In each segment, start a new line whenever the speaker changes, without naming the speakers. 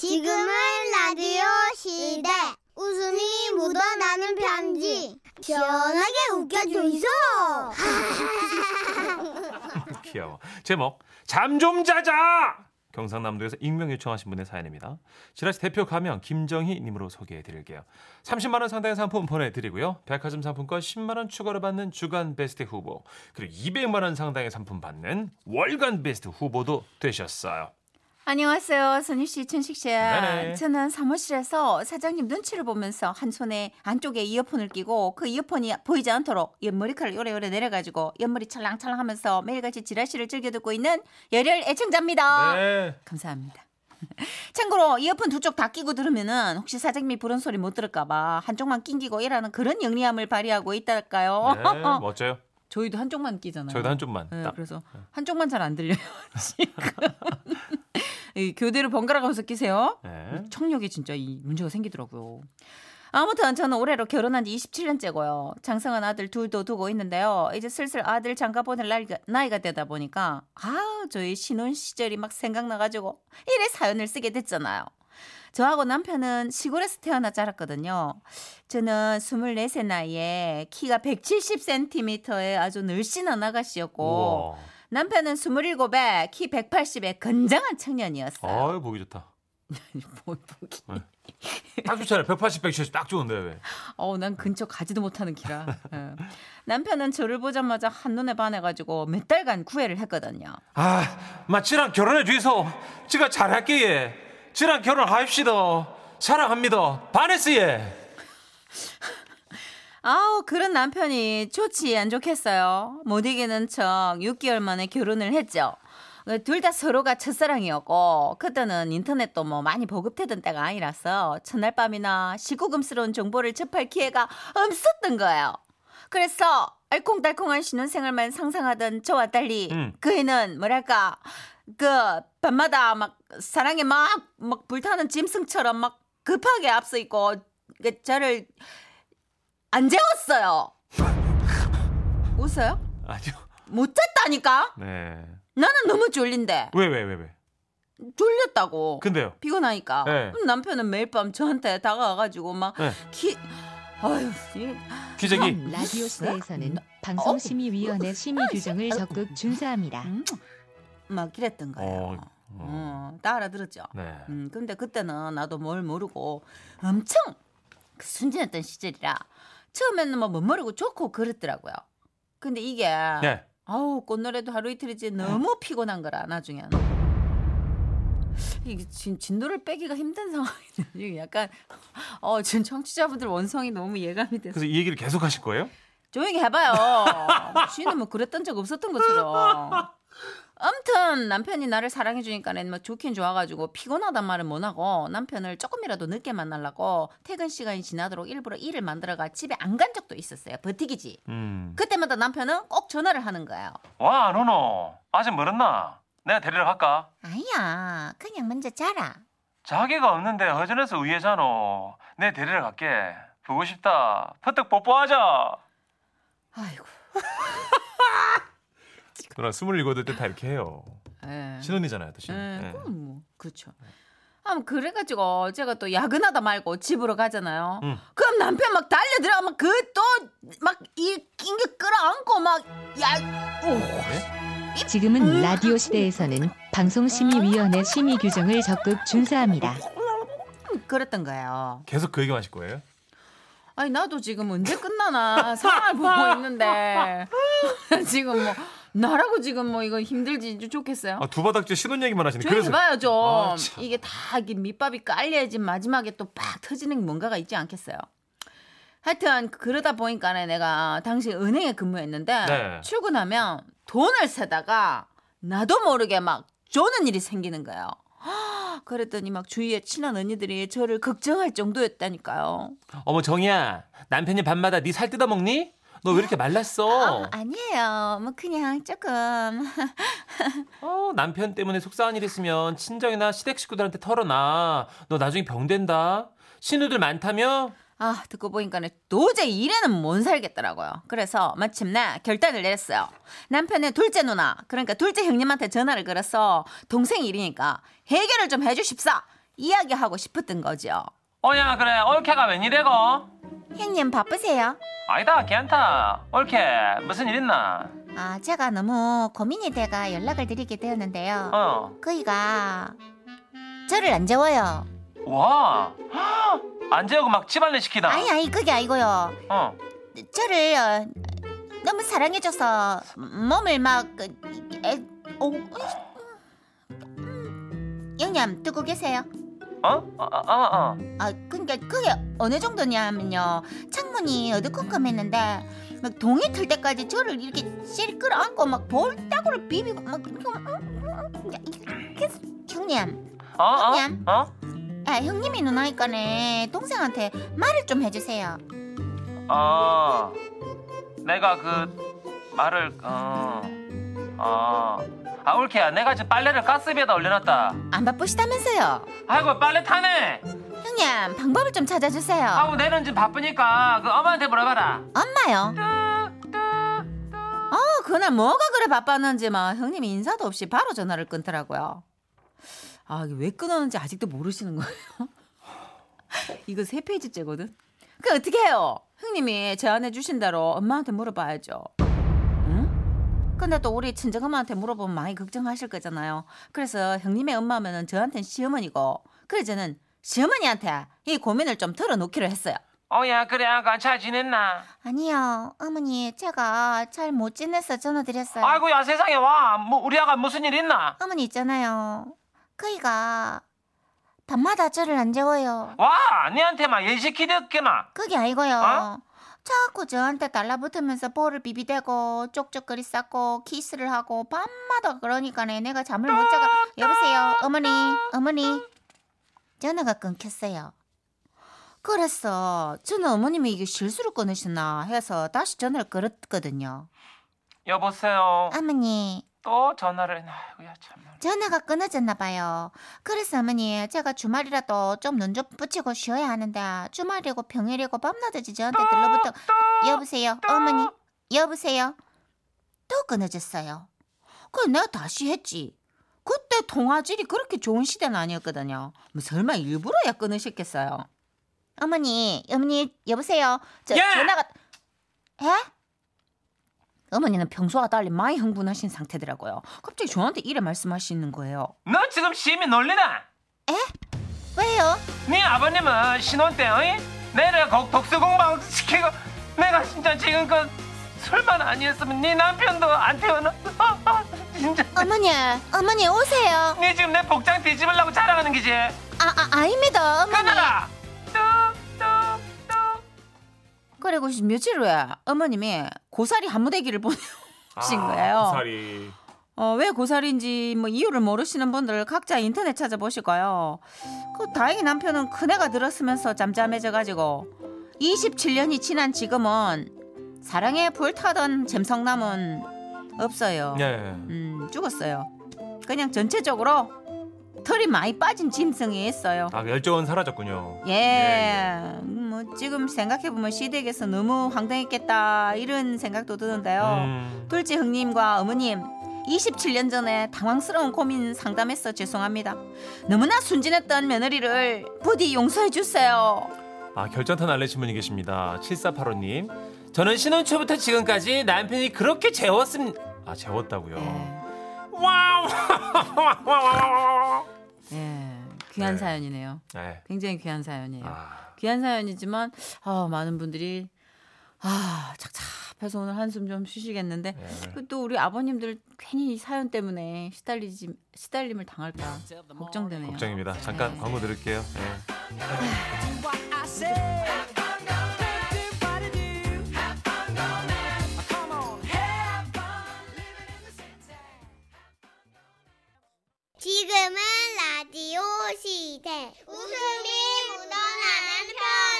지금은 라디오 시대. 웃음이 묻어나는 편지. 시원하게 웃겨줘이소.
귀여워. 제목 잠 좀 자자. 경상남도에서 익명 요청하신 분의 사연입니다. 지라시 대표 가명 김정희님으로 소개해드릴게요. 30만 원 상당의 상품 보내드리고요. 백화점 상품권 10만 원 추가로 받는 주간 베스트 후보 그리고 200만 원 상당의 상품 받는 월간 베스트 후보도 되셨어요.
안녕하세요, 선희 씨, 춘식 씨.
네네.
저는 사무실에서 사장님 눈치를 보면서 한 손에 안쪽에 이어폰을 끼고 그 이어폰이 보이지 않도록 옆머리카락 요래요래 내려가지고 옆머리 찰랑찰랑하면서 매일같이 지라시를 즐겨 듣고 있는 열혈 애청자입니다.
네.
감사합니다. 참고로 이어폰 두 쪽 다 끼고 들으면은 혹시 사장님이 부른 소리 못 들을까봐 한쪽만 낑기고 일하는 그런 영리함을 발휘하고 있달까요.
네, 멋져요.
저희도 한쪽만 끼잖아요.
저희도 한 쪽만
네,
딱.
그래서 한쪽만 잘 안 들려요. 지금 이 교대를 번갈아 가면서 끼세요.
네.
청력이 진짜 이 문제가 생기더라고요. 아무튼 저는 올해로 결혼한 지 27년째고요. 장성한 아들 둘도 두고 있는데요. 이제 슬슬 아들 장가 보낼 나이가, 나이가 되다 보니까 아 저희 신혼 시절이 막 생각나가지고 이래 사연을 쓰게 됐잖아요. 저하고 남편은 시골에서 태어나 자랐거든요. 저는 24세 나이에 키가 170cm의 아주 늘씬한 아가씨였고
우와.
남편은 27에 키 180에 건장한 청년이었어요. 뭐,
아유 보기 좋다.
뭘 보기.
딱 좋잖아요. 180, 170, 딱 좋은데 왜?
어우, 난 근처 가지도 못하는 키라. 예. 남편은 저를 보자마자 한눈에 반해가지고 몇 달간 구애를 했거든요.
아, 마 지랑 결혼해 주이소. 지가 잘할게 예. 지랑 결혼하십시다. 사랑합니다. 반했어 예.
아우, 그런 남편이 좋지 안 좋겠어요. 못 이기는 척 6개월 만에 결혼을 했죠. 그 둘 다 서로가 첫사랑이었고 그때는 인터넷도 뭐 많이 보급되던 때가 아니라서 첫날 밤이나 시구금스러운 정보를 접할 기회가 없었던 거예요. 그래서 알콩달콩한 신혼생활만 상상하던 저와 달리
음.
그애는 뭐랄까 그 밤마다 막 사랑에 막 막 불타는 짐승처럼 막 급하게 앞서 있고 그 저를 안 재웠어요. 웃어요?
아니요.
못 잤다니까?
네.
나는 너무 졸린데
왜 왜 왜 왜, 왜?
졸렸다고
근데요.
피곤하니까
그 네.
그럼 남편은 매일 밤 저한테 다가와가지고
네.
막키 아유 이-
예.
기적이
음, 라디오
음.
시대에서는
어?
방송심의위원회 심의 규정을
어.
적극 준수합니다.
음, 막 이랬던 거예요.
어,
어,
어.
다 알아들었죠.
네.
음, 근데 그때는 나도 뭘 모르고 엄청 그 순진했던 시절이라 처음에는 뭐 못 모르고 좋고 그랬더라고요. 근데 이게
네.
아우 꽃노래도 하루 이틀이지 너무 피곤한 거라 나중에는 이게 진, 진도를 빼기가 힘든 상황이네. 이게 약간 어 지금 청취자분들 원성이 너무 예감이 돼서
그래서 이 얘기를 계속 하실 거예요?
조용히 해봐요. 지는 뭐 그랬던 적 없었던 것처럼. 아무튼 남편이 나를 사랑해 주니까는 뭐 좋긴 좋아가지고 피곤하단 말은 못 하고 남편을 조금이라도 늦게 만나려고 퇴근 시간이 지나도록 일부러 일을 만들어가 집에 안 간 적도 있었어요. 버티기지.
음.
그때마다 남편은 꼭 전화를 하는 거예요.
와, 안 오노. 아직 멀었나? 내가 데리러 갈까?
아니야, 그냥 먼저 자라.
자기가 없는데 허전해서 우회잖아. 내 데리러 갈게. 보고 싶다. 퍼뜩 뽀뽀하자.
아이고.
누나 27대 때 다 이렇게 해요.
예.
신혼이잖아요, 또 신혼.
예,
예.
그럼 뭐 그렇죠. 아, 그래가지고 제가 또 야근하다 말고 집으로 가잖아요.
음.
그럼 남편 막 달려들어 막그또막이 낑겨 끌어안고 막야 오.
음.
지금은 라디오 시대에서는 방송심의위원회 심의 규정을 적극 준수합니다.
그랬던 거예요.
계속 그 얘기만 하실 거예요?
아니 나도 지금 언제 끝나나 상황을 보고 있는데 지금 뭐 나라고 지금 뭐 이거 힘들지 좋겠어요.
아, 두 바닥째 신혼 얘기만 하시네.
조용히 봐요 좀
아, 참.
이게 다 이게 밑밥이 깔려야지 마지막에 또 빡 터지는 뭔가가 있지 않겠어요. 하여튼 그러다 보니까 는 내가 당시 은행에 근무했는데
네.
출근하면 돈을 세다가 나도 모르게 막 조는 일이 생기는 거예요. 그랬더니 막 주위에 친한 언니들이 저를 걱정할 정도였다니까요.
어머 정이야, 남편이 밤마다 네 살 뜯어 먹니? 너 왜 이렇게 말랐어?
아니에요. 뭐 그냥 조금 아.
어, 남편 때문에 속상한 일 있으면 친정이나 시댁 식구들한테 털어놔. 너 나중에 병 된다. 신우들 많다며?
아, 듣고 보니까 는 도저히 이래는 못 살겠더라고요. 그래서 마침내 결단을 내렸어요. 남편의 둘째 누나, 그러니까 둘째 형님한테 전화를 걸어서 동생 일이니까 해결을 좀 해주십사. 이야기하고 싶었던 거죠.
어야 그래 올케가 웬일이고
형님 바쁘세요?
아니다 괜찮다 올케 무슨 일 있나
아, 제가 너무 고민이 돼가 연락을 드리게 되었는데요.
어.
그이가 저를 안 재워요.
어와안 재우고 막 집안일 시키다
아니 아니 그게 아니고요.
어
저를 어, 너무 사랑해줘서 몸을 막 그, 애, 어, 음. 영님 뜨고 계세요.
어? 어, 어, 어, 어.
아 그러니까 그게 어느 정도냐면요 창문이 어두컴컴했는데 막 동이 틀 때까지 저를 이렇게 실 끌어안고 막 볼따구를 비비고 막 이렇게 막, 음, 음, 야, 이게 계속 형님
어, 어?
형님
어?
아 형님이 누나니까네 동생한테 말을 좀 해주세요
아, 내가 그 말을 어, 아, 아 올케야, 내가 지금 빨래를 가스비에다 올려놨다.
안 바쁘시다면서요
아이고 빨래 타네.
형님 방법을 좀 찾아주세요
아우 내는 지금 바쁘니까 그 엄마한테 물어봐라.
엄마요 어 그날 뭐가 그래 바빴는지 막 형님이 인사도 없이 바로 전화를 끊더라고요 아 이게 왜 끊었는지 아직도 모르시는 거예요 이거 세 페이지째거든 그 어떻게 해요 형님이 제안해 주신 대로 엄마한테 물어봐야죠 응? 근데 또 우리 친정엄마한테 물어보면 많이 걱정하실 거잖아요 그래서 형님의 엄마면은 저한텐 시어머니고 그래 저는 시어머니한테 이 고민을 좀 털어놓기로 했어요
어야 그래 아가 잘 지냈나?
아니요, 어머니, 제가 잘 못 지내서 전화드렸어요.
아이고 야 세상에 와, 뭐 우리 아가 무슨 일 있나?
어머니 있잖아요. 그이가 밤마다 저를 안 재워요.
와, 니한테만 일시키겠구나.
그게 아니고요.
어?
자꾸 저한테 달라붙으면서 볼을 비비대고 쪽쪽거리 싸고 키스를 하고 밤마다 그러니까네 내가 잠을 못 자가 여보세요 어머니 어머니 전화가 끊겼어요. 그래서 저는 어머님이 이게 실수로 끊으셨나 해서 다시 전화를 걸었거든요.
여보세요.
아. 어머니
또 전화를 했나? 아이고야 참.
전화가 끊어졌나 봐요. 그래서 어머니 제가 주말이라도 좀 눈 좀 붙이고 쉬어야 하는데 주말이고 평일이고 밤낮이지 저한테 들러붙어 여보세요 어머니 여보세요 또 끊어졌어요. 그래 내가 다시 했지. 그때 통화질이 그렇게 좋은 시대는 아니었거든요. 뭐 설마 일부러야 끊으셨겠어요. 어머니 어머니 여보세요 저
야!
전화가 에? 어머니는 평소와 달리 많이 흥분하신 상태더라고요. 갑자기 저한테 이래 말씀하시는 거예요.
너 지금 시민 놀리나?
왜요?
네 아버님은 신혼 때 어이? 내를 거- 독서 공방 시키고 내가 진짜 지금껏 술만 아니었으면 네 남편도 안 태어나 진짜
어머니, 어머니 오세요.
네 지금 내 복장 뒤집으려고 자랑하는 기지
아, 아 아닙니다, 어머니.
끊어라 뚝뚝뚝
그리고 며칠 후에 어머님이 고사리 한무대기를 보내신 거예요.
아, 고사리
어, 왜 고사리인지 뭐 이유를 모르시는 분들 각자 인터넷 찾아보시고요. 그 다행히 남편은 큰애가 들었으면서 잠잠해져가지고 27년이 지난 지금은 사랑에 불타던 잼성남은 없어요.
예.
음, 죽었어요. 그냥 전체적으로 털이 많이 빠진 짐승이 있어요.
아 열정은 사라졌군요
예,
예,
뭐 지금 생각해 보면 시댁에서 너무 황당했겠다 이런 생각도
음.
드는데요. 둘째 형님과 어머님. 27년 전에 당황스러운 고민 상담해서 죄송합니다. 너무나 순진했던 며느리를 부디 용서해 주세요.
아 결정타 날리신 분이 계십니다 7485님 저는 신혼 초부터 지금까지 남편이 그렇게 재웠습니다 아 재웠다고요 와우
예, 귀한
네.
사연이네요.
네.
굉장히 귀한 사연이에요.
아,
귀한 사연이지만 아, 많은 분들이 아 착잡해서 오늘 한숨 좀 쉬시겠는데
예.
그또 우리 아버님들 괜히 이 사연 때문에 시달리지 시달림을 당할까 걱정되네요.
걱정입니다. 잠깐
네.
광고 드릴게요. 예.
지금은 라디오 시대. 웃음이 묻어나는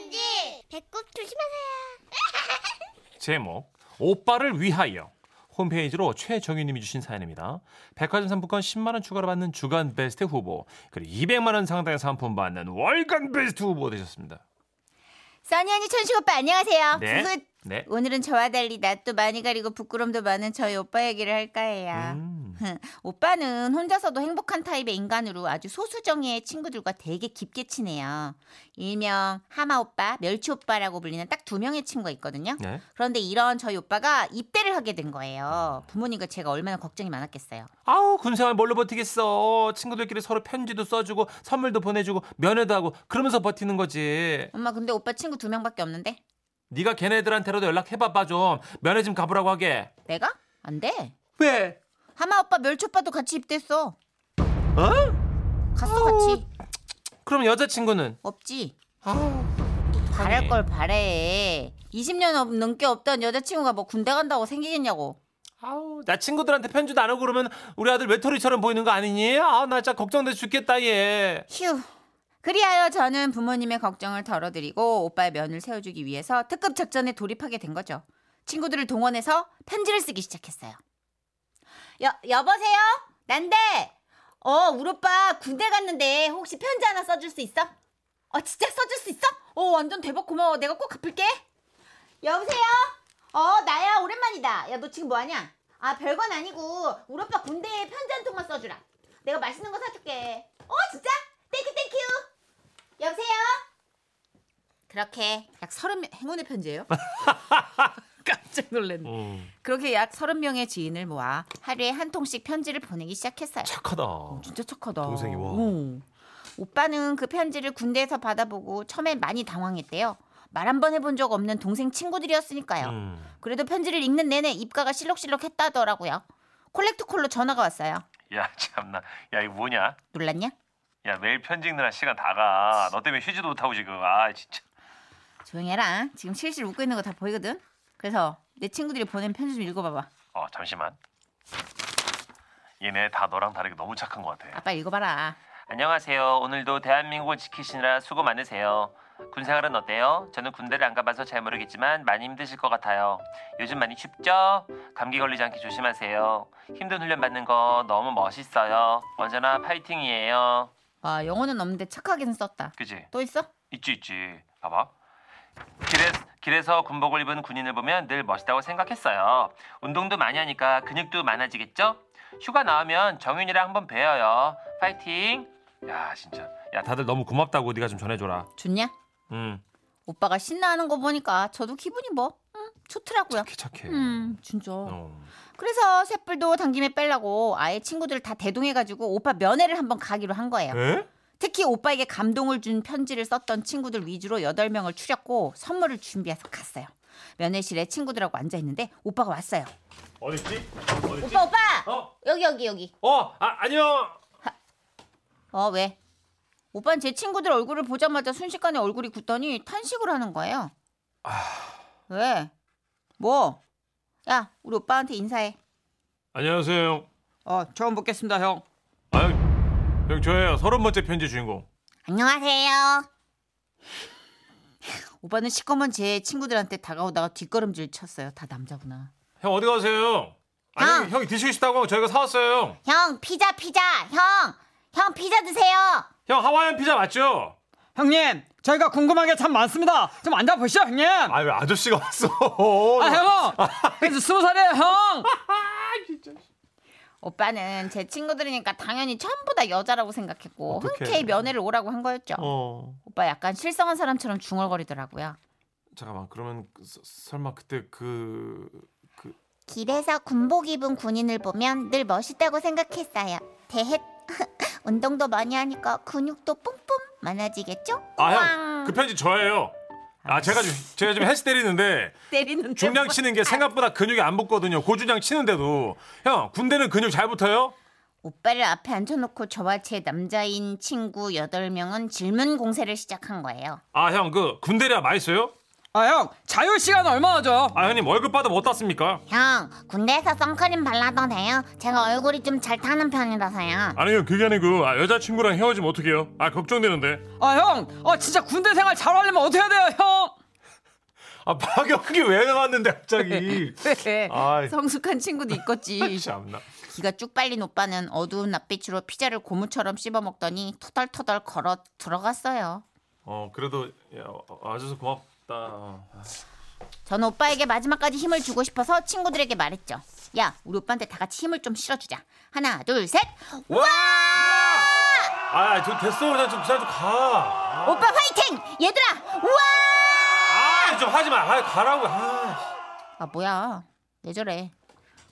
편지. 배꼽 조심하세요.
제목 오빠를 위하여 홈페이지로 최정희님이 주신 사연입니다. 백화점 상품권 10만 원 추가로 받는 주간 베스트 후보 그리고 200만 원 상당의 상품 받는 월간 베스트 후보 되셨습니다.
써니 언니 천식 오빠 안녕하세요.
네.
부부-
네.
오늘은 저와 달리 낯도 많이 가리고 부끄럼도 많은 저희 오빠 얘기를 할 거예요.
음.
오빠는 혼자서도 행복한 타입의 인간으로 아주 소수정예의 친구들과 되게 깊게 친해요. 일명 하마 오빠, 멸치 오빠라고 불리는 딱 두 명의 친구가 있거든요.
네.
그런데 이런 저희 오빠가 입대를 하게 된 거예요. 부모님과 제가 얼마나 걱정이 많았겠어요.
아우 군생활 뭘로 버티겠어. 친구들끼리 서로 편지도 써주고 선물도 보내주고 면회도 하고 그러면서 버티는 거지.
엄마 근데 오빠 친구 두 명밖에 없는데
네가 걔네들한테라도 연락해봐봐 좀. 면회 좀 가보라고 하게.
내가 안 돼.
왜?
하마 오빠, 멸치 오빠도 같이 입대했어. 갔어
아우.
같이.
그럼 여자친구는?
없지.
아우
바랄 걸 바래. 20년 넘게 없던 여자친구가 뭐 군대 간다고 생기겠냐고.
아우 나 친구들한테 편지도 안 하고 그러면 우리 아들 외톨이처럼 보이는 거 아니니? 아나 진짜 걱정돼 죽겠다 얘.
휴. 그리하여 저는 부모님의 걱정을 덜어드리고 오빠의 면을 세워주기 위해서 특급 작전에 돌입하게 된 거죠. 친구들을 동원해서 편지를 쓰기 시작했어요. 여, 여보세요? 난데! 어, 우리 오빠 군대 갔는데 혹시 편지 하나 써줄 수 있어? 어, 진짜 써줄 수 있어? 어, 완전 대박 고마워. 내가 꼭 갚을게. 여보세요? 어, 나야. 오랜만이다. 야, 너 지금 뭐하냐? 아, 별건 아니고 우리 오빠 군대에 편지 한 통만 써주라. 내가 맛있는 거 사줄게. 어, 진짜? 땡큐, 땡큐. 여보세요? 그렇게 약 서른 명 행운의 편지예요? 깜짝 놀랐네.
음.
그렇게 약 30명의 지인을 모아 하루에 한 통씩 편지를 보내기 시작했어요.
착하다.
진짜 착하다.
동생이 와.
어. 오빠는 그 편지를 군대에서 받아보고 처음엔 많이 당황했대요. 말 한 번 해본 적 없는 동생 친구들이었으니까요.
음.
그래도 편지를 읽는 내내 입가가 실룩실룩 했다더라고요. 콜렉트콜로 전화가 왔어요.
야 참나. 야 이거 뭐냐?
놀랐냐?
야 매일 편지 읽느라 시간 다가. 너 때문에 휴지도 못하고 지금. 아 진짜.
조용히 해라. 지금 실실 웃고 있는 거 다 보이거든. 그래서 내 친구들이 보낸 편지 좀 읽어봐봐.
어 잠시만. 얘네 다 너랑 다르게 너무 착한 것 같아.
아빠 읽어봐라.
안녕하세요. 오늘도 대한민국을 지키시느라 수고 많으세요. 군 생활은 어때요? 저는 군대를 안 가봐서 잘 모르겠지만 많이 힘드실 것 같아요. 요즘 많이 춥죠? 감기 걸리지 않게 조심하세요. 힘든 훈련 받는 거 너무 멋있어요. 언제나 파이팅이에요.
와 영어는 없는데 착하게는 썼다.
그지?
또 있어?
있지 있지. 봐봐. 길에, 길에서 군복을 입은 군인을 보면 늘 멋있다고 생각했어요. 운동도 많이 하니까 근육도 많아지겠죠? 휴가 나오면 정윤이랑 한번 뵈어요. 파이팅!
야 진짜. 야 다들 너무 고맙다고 네가 좀 전해줘라.
좋냐?
음.
오빠가 신나하는 거 보니까 저도 기분이 뭐 음, 좋더라고요.
착해 착해.
음 진짜.
어.
그래서 쇳불도 당김에 빼려고 아예 친구들을 다 대동해가지고 오빠 면회를 한번 가기로 한 거예요.
에?
특히 오빠에게 감동을 준 편지를 썼던 친구들 위주로 8명을 추렸고 선물을 준비해서 갔어요. 면회실에 친구들하고 앉아있는데 오빠가 왔어요.
어딨지? 어딨지?
오빠 오빠!
어?
여기 여기 여기.
어? 아 안녕.
어 왜? 오빠는 제 친구들 얼굴을 보자마자 순식간에 얼굴이 굳더니 탄식을 하는 거예요.
아.
왜? 뭐? 야 우리 오빠한테 인사해.
안녕하세요.
어 처음 뵙겠습니다 형.
아유, 형 저예요. 서른 번째 편지 주인공.
안녕하세요.
오빠는 시커먼 제 친구들한테 다가오다가 뒷걸음질 쳤어요. 다 남자구나.
형 어디 가세요? 아니 형이 드시고 싶다고 저희가 사왔어요.
형 피자 피자 형. 형 피자 드세요.
형 하와이안 피자 맞죠?
형님, 저희가 궁금한 게 참 많습니다. 좀 앉아보시죠, 형님. 아,
아왜 아저씨가 왔어?
형! 그래서 스무 살이에요, 형!
오빠는 제 친구들이니까 당연히 전부 다 여자라고 생각했고
어떡해.
흔쾌히 면회를 오라고 한 거였죠.
어.
오빠 약간 실성한 사람처럼 중얼거리더라고요.
잠깐만 그러면 그 서- 설마 그때 그
길에서 군복 입은 군인을 보면 늘 멋있다고 생각했어요. 대헷 운동도 많이 하니까 근육도 뿜뿜 많아지겠죠?
아형 그 편지 저예요. 아 제가 좀 제가 지금 헬스 때리는데
때리는
중량 치는 게 생각보다 근육이 안 붙거든요. 고준량 치는데도 형 군대는 근육 잘 붙어요?
오빠를 앞에 앉혀놓고 저와 제 남자인 친구 8명은 질문 공세를 시작한 거예요.
아 형 그 군대랴 맛있어요?
아, 형, 자유시간 얼마나 죠?
아 형님 월급 받아 못 땄습니까?
형 군대에서 선크림 발라도 돼요? 제가 얼굴이 좀 잘 타는 편이라서요.
아니요 그게 아니고 아, 여자친구랑 헤어지면 어떡해요? 아 걱정되는데.
아, 형, 아, 진짜 군대 생활 잘 하려면 어떻게 해야 돼요, 형?
아 박영기 왜 나왔는데 갑자기
네.
아이.
성숙한 친구도 있겠지.
참나
기가 쭉 빨린 오빠는 어두운 낯빛으로 피자를 고무처럼 씹어 먹더니 터덜터덜 걸어 들어갔어요.
어 그래도 야, 어, 와줘서 고맙다 어.
전 오빠에게 마지막까지 힘을 주고 싶어서 친구들에게 말했죠. 야, 우리 오빠한테 다 같이 힘을 좀 실어주자. 하나, 둘, 셋.
와! 아, 저 됐어. 그냥 좀 그냥 좀 가.
오빠 화이팅! 얘들아, 우와!
아, 좀 하지 마. 아, 가라고. 아.
아 뭐야? 왜 저래?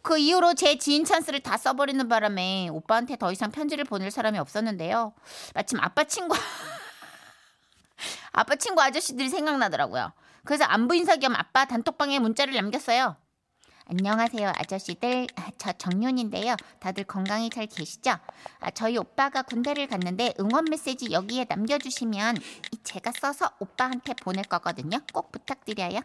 그 이후로 제 지인 찬스를 다 써버리는 바람에 오빠한테 더 이상 편지를 보낼 사람이 없었는데요. 마침 아빠 친구 아빠 친구 아저씨들이 생각나더라고요. 그래서 안부 인사 겸 아빠 단톡방에 문자를 남겼어요. 안녕하세요 아저씨들 아, 저 정윤인데요 다들 건강히 잘 계시죠? 아, 저희 오빠가 군대를 갔는데 응원 메시지 여기에 남겨주시면 제가 써서 오빠한테 보낼 거거든요 꼭 부탁드려요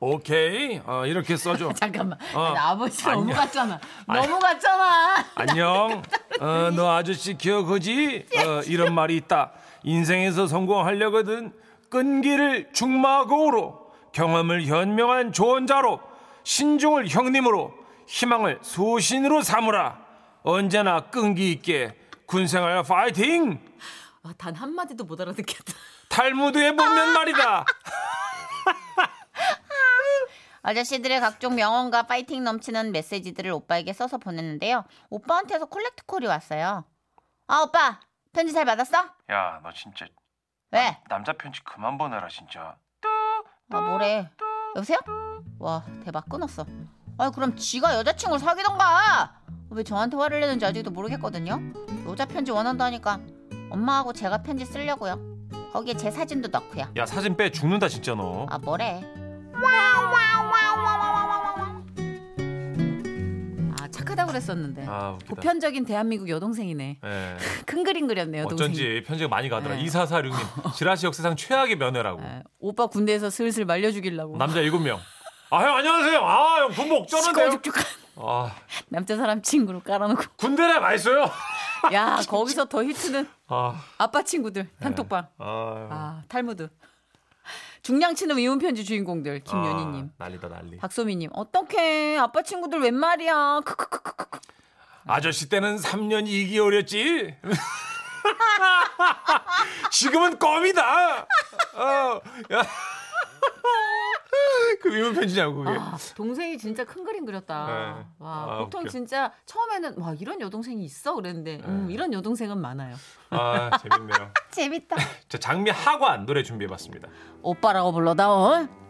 오케이. 어, 이렇게 써줘.
잠깐만.
어.
아버지
아니야.
너무 같잖아.
아니.
너무 같잖아.
안녕. 어, 너 아저씨 기억하지? 어, 이런 말이 있다. 인생에서 성공하려거든 끈기를 중마고우로 경험을 현명한 조언자로 신중을 형님으로 희망을 소신으로 삼으라. 언제나 끈기 있게 군생활 파이팅!
아, 단 한마디도 못 알아듣겠다. 아!
탈무드에 보면 말이다.
아저씨들의 각종 명언과 파이팅 넘치는 메시지들을 오빠에게 써서 보냈는데요. 오빠한테서 콜렉트 콜이 왔어요. 아 오빠 편지 잘 받았어?
야, 너 진짜
왜?
남자 편지 그만 보내라 진짜.
아 뭐래? 여보세요? 와 대박 끊었어. 아 그럼 지가 여자친구를 사귀던가. 왜 저한테 화를 내는지 아직도 모르겠거든요. 여자 편지 원한다니까 엄마하고 제가 편지 쓰려고요. 거기에 제 사진도 넣고요.
야 사진 빼 죽는다 진짜 너.
아 뭐래?
아 착하다 그랬었는데.
아, 웃기다.
보편적인 대한민국 여동생이네.
예.
큰 그림 그렸네요. 동생이.
어쩐지 편지가 많이 가더라.
네.
2446님 지라시 역사상 최악의 면회라고.
예, 오빠 군대에서 슬슬 말려 죽이려고.
남자 7명. 아 형 안녕하세요. 아형 군복 쩌는데요.
시끌죽죽한
아
남자 사람 친구로 깔아놓고.
군대라 맛있어요.
야 거기서 더 히트는
아,
아빠 친구들 단톡방.
아,
아 탈무드. 중량치는 이혼 편지 주인공들 김연희님.
아, 난리다 난리.
박소미님, 어떡해. 아빠 친구들 웬 말이야. 크크크크크.
아저씨 때는 3년 2개월이었지. 지금은 껌이다. 어, 야. 그 미운 편지냐고 그게.
아, 동생이 진짜 큰 그림 그렸다.
네.
와,
아,
보통
웃겨.
진짜 처음에는 와, 이런 여동생이 있어 그랬는데 음,
네.
이런 여동생은 많아요.
아 재밌네요.
재밌다.
자 장미 하관 노래 준비해봤습니다.
오빠라고 불러다오.